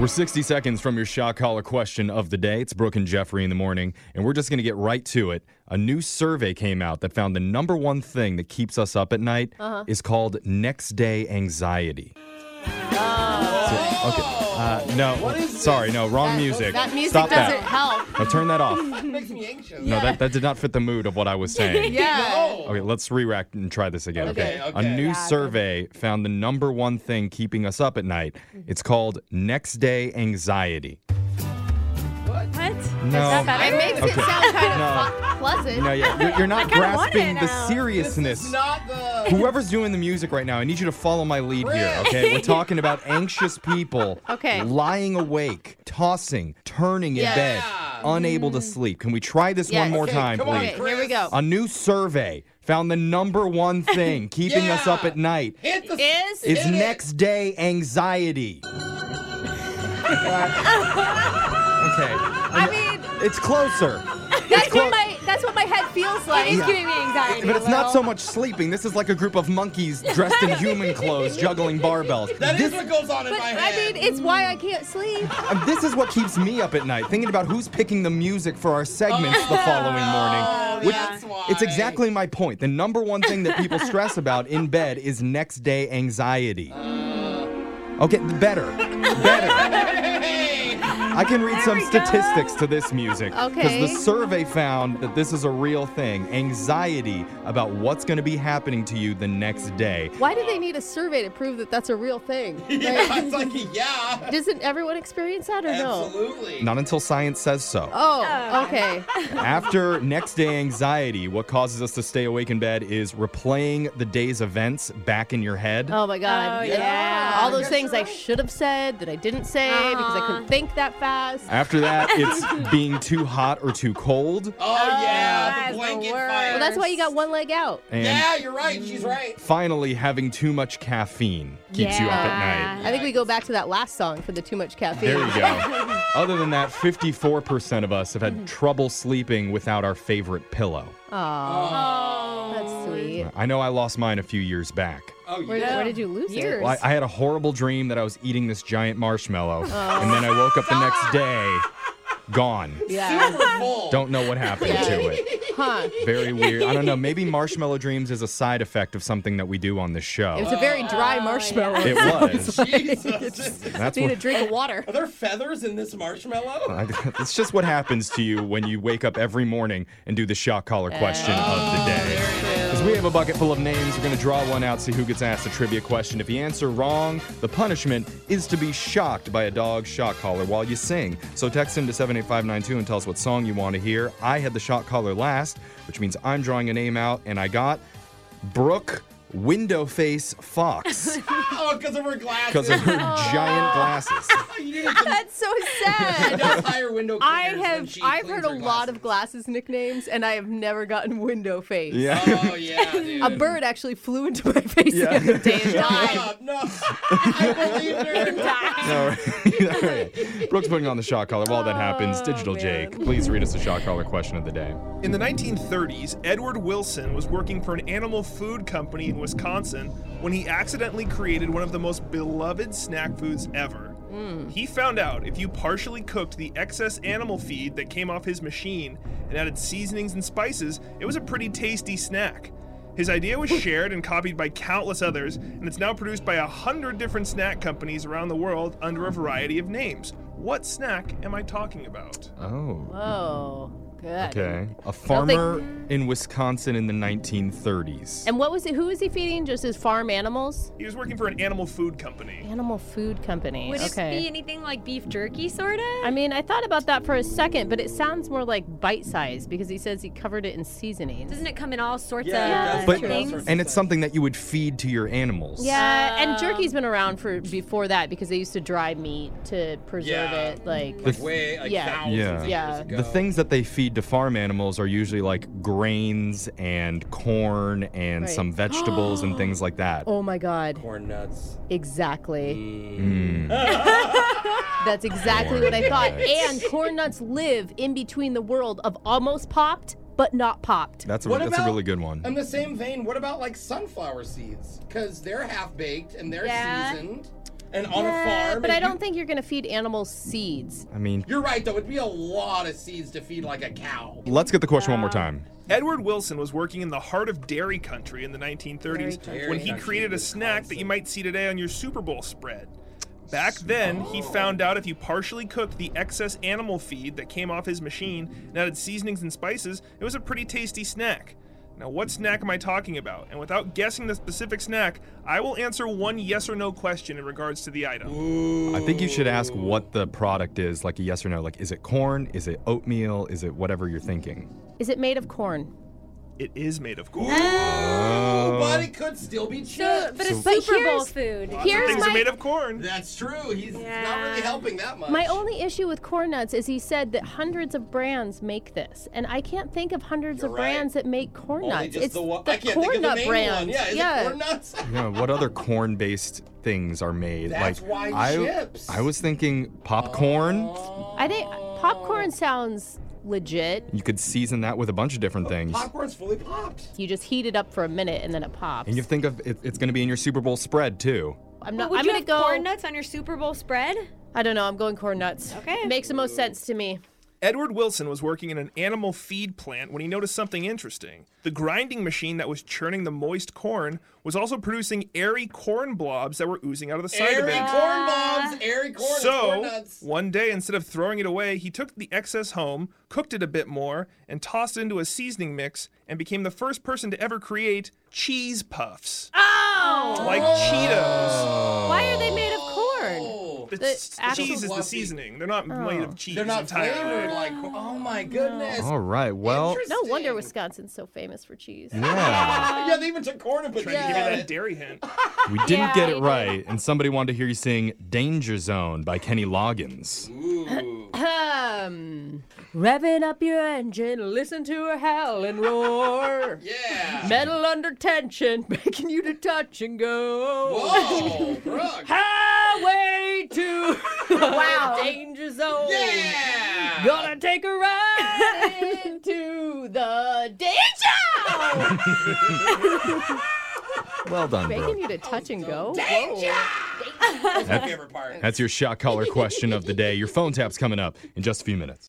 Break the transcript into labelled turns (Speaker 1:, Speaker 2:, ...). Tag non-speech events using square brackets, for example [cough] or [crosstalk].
Speaker 1: We're 60 seconds from your shot caller question of the day. It's Brooke and Jeffrey in the morning, and we're just going to get right to it. A new survey came out that found the number one thing that keeps us up at night
Speaker 2: Uh-huh.
Speaker 1: is called next day anxiety.
Speaker 2: Oh.
Speaker 1: So- okay. Uh, no, sorry, no, wrong music.
Speaker 2: That music
Speaker 1: Stop
Speaker 2: doesn't
Speaker 1: that. [laughs]
Speaker 2: help.
Speaker 1: Now turn that off.
Speaker 3: makes me anxious.
Speaker 1: No, that, that did not fit the mood of what I was saying.
Speaker 2: [laughs] Yeah.
Speaker 1: Okay, let's re-rack and try this again. Okay.
Speaker 3: Okay,
Speaker 1: A
Speaker 3: okay.
Speaker 1: new survey found the number one thing keeping us up at night. It's called next day anxiety.
Speaker 4: What? Is
Speaker 1: No.
Speaker 4: that better?
Speaker 2: It makes it
Speaker 1: Okay.
Speaker 2: sound kind
Speaker 1: [laughs]
Speaker 2: of
Speaker 1: No.
Speaker 2: ple- pleasant.
Speaker 1: No, yeah, you're, you're not
Speaker 4: kinda want
Speaker 1: grasping
Speaker 4: it
Speaker 1: the
Speaker 4: now.
Speaker 3: It's
Speaker 1: seriousness.
Speaker 3: not the.
Speaker 1: Whoever's doing the music right now, I need you to follow my lead here,
Speaker 3: Rick.
Speaker 1: okay? We're talking about anxious people
Speaker 2: Okay.
Speaker 1: lying awake, tossing, turning in
Speaker 2: Yeah.
Speaker 1: bed, unable to sleep. Can we try this one
Speaker 2: Yes.
Speaker 1: more
Speaker 2: Okay,
Speaker 1: time,
Speaker 3: come on,
Speaker 1: please?
Speaker 2: Okay, here we go.
Speaker 1: A new survey found the number one thing keeping us up
Speaker 3: Yeah.
Speaker 1: at night
Speaker 3: Hit the.
Speaker 4: Is
Speaker 1: is
Speaker 3: Hit it.
Speaker 1: next day anxiety. okay.
Speaker 4: I mean,
Speaker 1: [laughs] It's closer.
Speaker 4: that's
Speaker 1: clo-
Speaker 4: what my that's what my head feels like.
Speaker 1: Yeah.
Speaker 4: It's giving me anxiety.
Speaker 1: But
Speaker 4: a
Speaker 1: it's not
Speaker 4: little.
Speaker 1: so much sleeping. This is like a group of monkeys dressed in
Speaker 3: [laughs]
Speaker 1: human clothes juggling barbells.
Speaker 3: That is
Speaker 1: this,
Speaker 3: what goes on in
Speaker 4: But
Speaker 3: my
Speaker 4: I
Speaker 3: head. [laughs]
Speaker 4: mean, it's why I can't sleep.
Speaker 1: um, this is what keeps me up at night, thinking about who's picking the music for our segments the following morning.
Speaker 3: Oh,
Speaker 1: Which-
Speaker 3: that's why.
Speaker 1: It's exactly my point. The number one thing that people stress about in bed is next day anxiety.
Speaker 3: Uh.
Speaker 1: Okay, better. Better.
Speaker 3: Hey,
Speaker 1: I can read some
Speaker 4: we go.
Speaker 1: statistics to this music. Because the
Speaker 2: Okay.
Speaker 1: survey found that this is a real thing anxiety about what's going to be happening to you the next day.
Speaker 2: Why do they need a survey to prove that that's a real thing?
Speaker 1: [laughs]
Speaker 3: yeah,
Speaker 2: Right?
Speaker 3: it's like yeah,
Speaker 2: Doesn't everyone experience that or [laughs] no?
Speaker 3: absolutely.
Speaker 1: Not until science says so.
Speaker 2: Oh, okay.
Speaker 1: After next day anxiety, what causes us to stay awake in bed is replaying the day's events back in your head.
Speaker 2: Oh my God.
Speaker 4: Oh, yeah.
Speaker 2: All those
Speaker 3: Yes,
Speaker 2: things I
Speaker 3: right.
Speaker 2: should have said that I didn't say because I
Speaker 4: Uh-huh.
Speaker 2: couldn't think that fast.
Speaker 1: After that, it's being too hot or too cold.
Speaker 3: Oh, yeah,
Speaker 4: that's
Speaker 3: the
Speaker 4: the
Speaker 3: blanket
Speaker 4: worst.
Speaker 3: fire.
Speaker 2: Well, that's why you got one leg out.
Speaker 1: And
Speaker 3: yeah, you're right. She's right.
Speaker 1: finally, having too much caffeine keeps you up at
Speaker 4: Yeah.
Speaker 1: night.
Speaker 2: I think we go back to that last song for the too much caffeine.
Speaker 1: There you go. [laughs] Other than that, 54% of us have had trouble sleeping without our favorite pillow.
Speaker 2: Aw,
Speaker 4: Oh.
Speaker 2: that's sweet.
Speaker 1: I know I lost mine a few years back.
Speaker 3: Oh
Speaker 2: Where,
Speaker 3: yeah.
Speaker 2: where did you lose
Speaker 4: Years.
Speaker 2: it?
Speaker 1: Well, I, I had a horrible dream that I was eating this giant marshmallow, and then I woke up the next
Speaker 2: Oh.
Speaker 1: day, gone.
Speaker 2: Yeah.
Speaker 3: Super full.
Speaker 1: Don't know what happened
Speaker 2: Yeah.
Speaker 1: to it.
Speaker 2: huh.
Speaker 1: Very weird. I don't know. Maybe marshmallow dreams is a side effect of something that we do on this show.
Speaker 2: It was a very dry
Speaker 4: Oh,
Speaker 2: marshmallow. [laughs]
Speaker 1: It was.
Speaker 3: Jesus.
Speaker 1: That's
Speaker 2: Need a
Speaker 1: what.
Speaker 2: drink of water.
Speaker 3: Are there feathers in this marshmallow?
Speaker 1: [laughs] I- It's just what happens to you when you wake up every morning and do the shock collar question of the day. Because we have a bucket full of names, we're going to draw one out, see who gets asked a trivia question. If you answer wrong, the punishment is to be shocked by a dog shock collar while you sing. So text him to 78592 and tell us what song you want to hear. I had the shock collar last, which means I'm drawing a name out, and I got Brooke Windowface Fox
Speaker 3: Oh, because of her glasses.
Speaker 1: because of her giant glasses.
Speaker 3: [laughs] Oh, you need to
Speaker 4: That's so
Speaker 2: [laughs]
Speaker 4: sad.
Speaker 3: have higher window
Speaker 2: I
Speaker 3: cleaners when
Speaker 2: have
Speaker 3: she
Speaker 2: I've
Speaker 3: cleans
Speaker 2: heard a
Speaker 3: her
Speaker 2: lot of
Speaker 3: glasses.
Speaker 2: glasses nicknames and I have never gotten window face.
Speaker 1: Yeah.
Speaker 3: Oh yeah,
Speaker 2: [laughs]
Speaker 3: dude.
Speaker 2: A bird actually flew into my face
Speaker 1: Yeah.
Speaker 2: the other day and
Speaker 1: [laughs]
Speaker 2: died.
Speaker 3: Stop, No, [laughs] I believed
Speaker 1: All
Speaker 2: [laughs]
Speaker 3: her.
Speaker 1: right. [laughs] All right. Brooke's putting on the shock collar. While that happens, Digital
Speaker 4: man.
Speaker 1: Jake, please read us the shock collar question of the day.
Speaker 5: In the 1930s, Edward Wilson was working for an animal food company in Wisconsin when he accidentally created one of the most beloved snack foods ever. He found out if you partially cooked the excess animal feed that came off his machine and added seasonings and spices, it was a pretty tasty snack. His idea was shared and copied by countless others, and it's now produced by a hundred different snack companies around the world under a variety of names. What snack am I talking about?
Speaker 1: Oh.
Speaker 2: Oh, good.
Speaker 1: Okay. A farmer in Wisconsin in the 1930s.
Speaker 2: And what was it? Who was he feeding? Just his farm animals?
Speaker 5: He was working for an animal food company.
Speaker 2: Animal food company.
Speaker 4: Would
Speaker 2: okay.
Speaker 4: it be anything like beef jerky, sort of?
Speaker 2: I mean, I thought about that for a second, but it sounds more like bite size because he says he covered it in seasonings.
Speaker 4: Doesn't it come in all sorts
Speaker 3: Yeah,
Speaker 4: of
Speaker 1: but
Speaker 3: true.
Speaker 4: things?
Speaker 1: and it's something that you would feed to your animals.
Speaker 2: Yeah, and
Speaker 4: Oh.
Speaker 2: jerky's been around for before that because they used to dry meat to preserve
Speaker 3: Yeah.
Speaker 2: it. Like,
Speaker 1: The-
Speaker 3: Way like
Speaker 2: Yeah.
Speaker 3: thousands
Speaker 1: Yeah.
Speaker 3: of
Speaker 2: Yeah.
Speaker 3: years ago.
Speaker 1: The things that they feed to farm animals are usually like grains and corn and
Speaker 2: Right.
Speaker 1: some vegetables and things like
Speaker 2: [gasps]
Speaker 1: that.
Speaker 2: oh my god,
Speaker 3: Corn nuts.
Speaker 2: exactly.
Speaker 1: Mm.
Speaker 2: [laughs] That's exactly what I
Speaker 1: Corn
Speaker 2: thought.
Speaker 1: nuts.
Speaker 2: And corn nuts live in between the world of almost popped but not popped. Uh,
Speaker 1: That's a,
Speaker 3: What
Speaker 1: that's a
Speaker 3: about-
Speaker 1: really good one.
Speaker 3: In the same vein, what about like sunflower seeds? Because they're half baked and they're
Speaker 4: Yeah.
Speaker 3: seasoned. and on a
Speaker 2: Yeah,
Speaker 3: farm.
Speaker 2: but
Speaker 3: and
Speaker 2: I
Speaker 3: you-
Speaker 2: don't think you're gonna feed animals seeds.
Speaker 1: I mean,
Speaker 3: You're right, though. It'd be a lot of seeds to feed like a cow.
Speaker 1: let's get the question one more time.
Speaker 5: Edward Wilson was working in the heart of dairy country in the 1930s
Speaker 2: Dairy
Speaker 5: when he
Speaker 3: country.
Speaker 5: created a snack that you might see today on your Super Bowl spread. Back then, he found out if you partially cooked the excess animal feed that came off his machine and added seasonings and spices, it was a pretty tasty snack. Now, what snack am I talking about? And without guessing the specific snack, I will answer one yes or no question in regards to the item.
Speaker 1: I think you should ask what the product is, like a yes or no. Like, is it corn? Is it oatmeal? Is it whatever you're thinking?
Speaker 2: Is it made of corn?
Speaker 5: It is made of corn.
Speaker 3: Oh, but it could still be
Speaker 4: So,
Speaker 3: chips.
Speaker 4: but it's
Speaker 2: But
Speaker 4: Super Bowl
Speaker 2: here's-
Speaker 4: food.
Speaker 2: Here's
Speaker 5: Things
Speaker 2: my
Speaker 5: are made of corn.
Speaker 3: That's true. He's not
Speaker 4: Yeah.
Speaker 3: really helping that much.
Speaker 2: My only issue with corn nuts is he said that hundreds of brands make this, and I can't think of 100s
Speaker 3: You're
Speaker 2: of
Speaker 3: right.
Speaker 2: brands that make corn
Speaker 3: Only
Speaker 2: nuts.
Speaker 3: just
Speaker 2: it's
Speaker 3: the one.
Speaker 2: the
Speaker 3: I can't
Speaker 2: corn
Speaker 3: think of the
Speaker 2: nut
Speaker 3: main
Speaker 2: brand.
Speaker 3: one. Yeah, is it corn nuts?
Speaker 1: You know, what other corn-based things are made?
Speaker 3: That's
Speaker 1: like,
Speaker 3: why
Speaker 1: I,
Speaker 3: chips. Oh.
Speaker 1: I was thinking popcorn.
Speaker 2: I think popcorn sounds legit.
Speaker 1: You could season that with a bunch of
Speaker 3: Oh,
Speaker 1: different things.
Speaker 3: Popcorn's fully popped.
Speaker 2: You just heat it up for a minute and then it pops.
Speaker 1: And you think of it, it's going to be in your Super Bowl spread too.
Speaker 2: I'm
Speaker 4: But
Speaker 2: not.
Speaker 4: would
Speaker 2: I'm
Speaker 4: you
Speaker 2: gonna
Speaker 4: have
Speaker 2: go.
Speaker 4: corn nuts on your Super Bowl spread?
Speaker 2: I don't know. I'm going corn nuts.
Speaker 4: Okay.
Speaker 2: Makes the most sense to me.
Speaker 5: Edward Wilson was working in an animal feed plant when he noticed something interesting. The grinding machine that was churning the moist corn was also producing airy corn blobs that were oozing out of the side of
Speaker 3: Airy
Speaker 5: it.
Speaker 3: corn bobs, airy corn, it's corn
Speaker 5: So,
Speaker 3: nuts.
Speaker 5: one day, instead of throwing it away, he took the excess home, cooked it a bit more, and tossed it into a seasoning mix, and became the first person to ever create cheese puffs.
Speaker 4: Oh!
Speaker 5: Like Cheetos.
Speaker 2: Why are they made of corn?
Speaker 3: Oh,
Speaker 5: The,
Speaker 2: The
Speaker 5: s- the
Speaker 2: actual
Speaker 5: cheese is the
Speaker 3: fluffy. Oh.
Speaker 5: seasoning. They're not made of cheese
Speaker 3: they're not
Speaker 5: entirely.
Speaker 3: flavored like. Oh my goodness.
Speaker 1: All right. Well,
Speaker 2: No wonder
Speaker 3: Interesting.
Speaker 2: Wisconsin's so famous for cheese.
Speaker 1: yeah.
Speaker 3: yeah, they even took corn and put
Speaker 5: Trying to give you that dairy hint.
Speaker 3: [laughs]
Speaker 1: We didn't
Speaker 4: Yeah,
Speaker 1: get
Speaker 4: you
Speaker 1: it
Speaker 4: did.
Speaker 1: right, and somebody wanted to hear you sing Danger Zone by Kenny Loggins.
Speaker 3: Ooh.
Speaker 2: Um, revving up your engine, listen to her howl and roar.
Speaker 5: [laughs]
Speaker 3: Yeah.
Speaker 2: Metal under tension, [laughs] making you to touch and go.
Speaker 3: Whoa, Brooke.
Speaker 2: Highway to wow. danger zone.
Speaker 3: Yeah.
Speaker 2: Gonna take a ride [laughs] into the danger.
Speaker 1: Well done,
Speaker 2: Making
Speaker 1: bro.
Speaker 2: you to touch and go.
Speaker 3: That's my favorite part.
Speaker 1: That's your shot collar question of the day. Your phone tap's coming up in just a few minutes.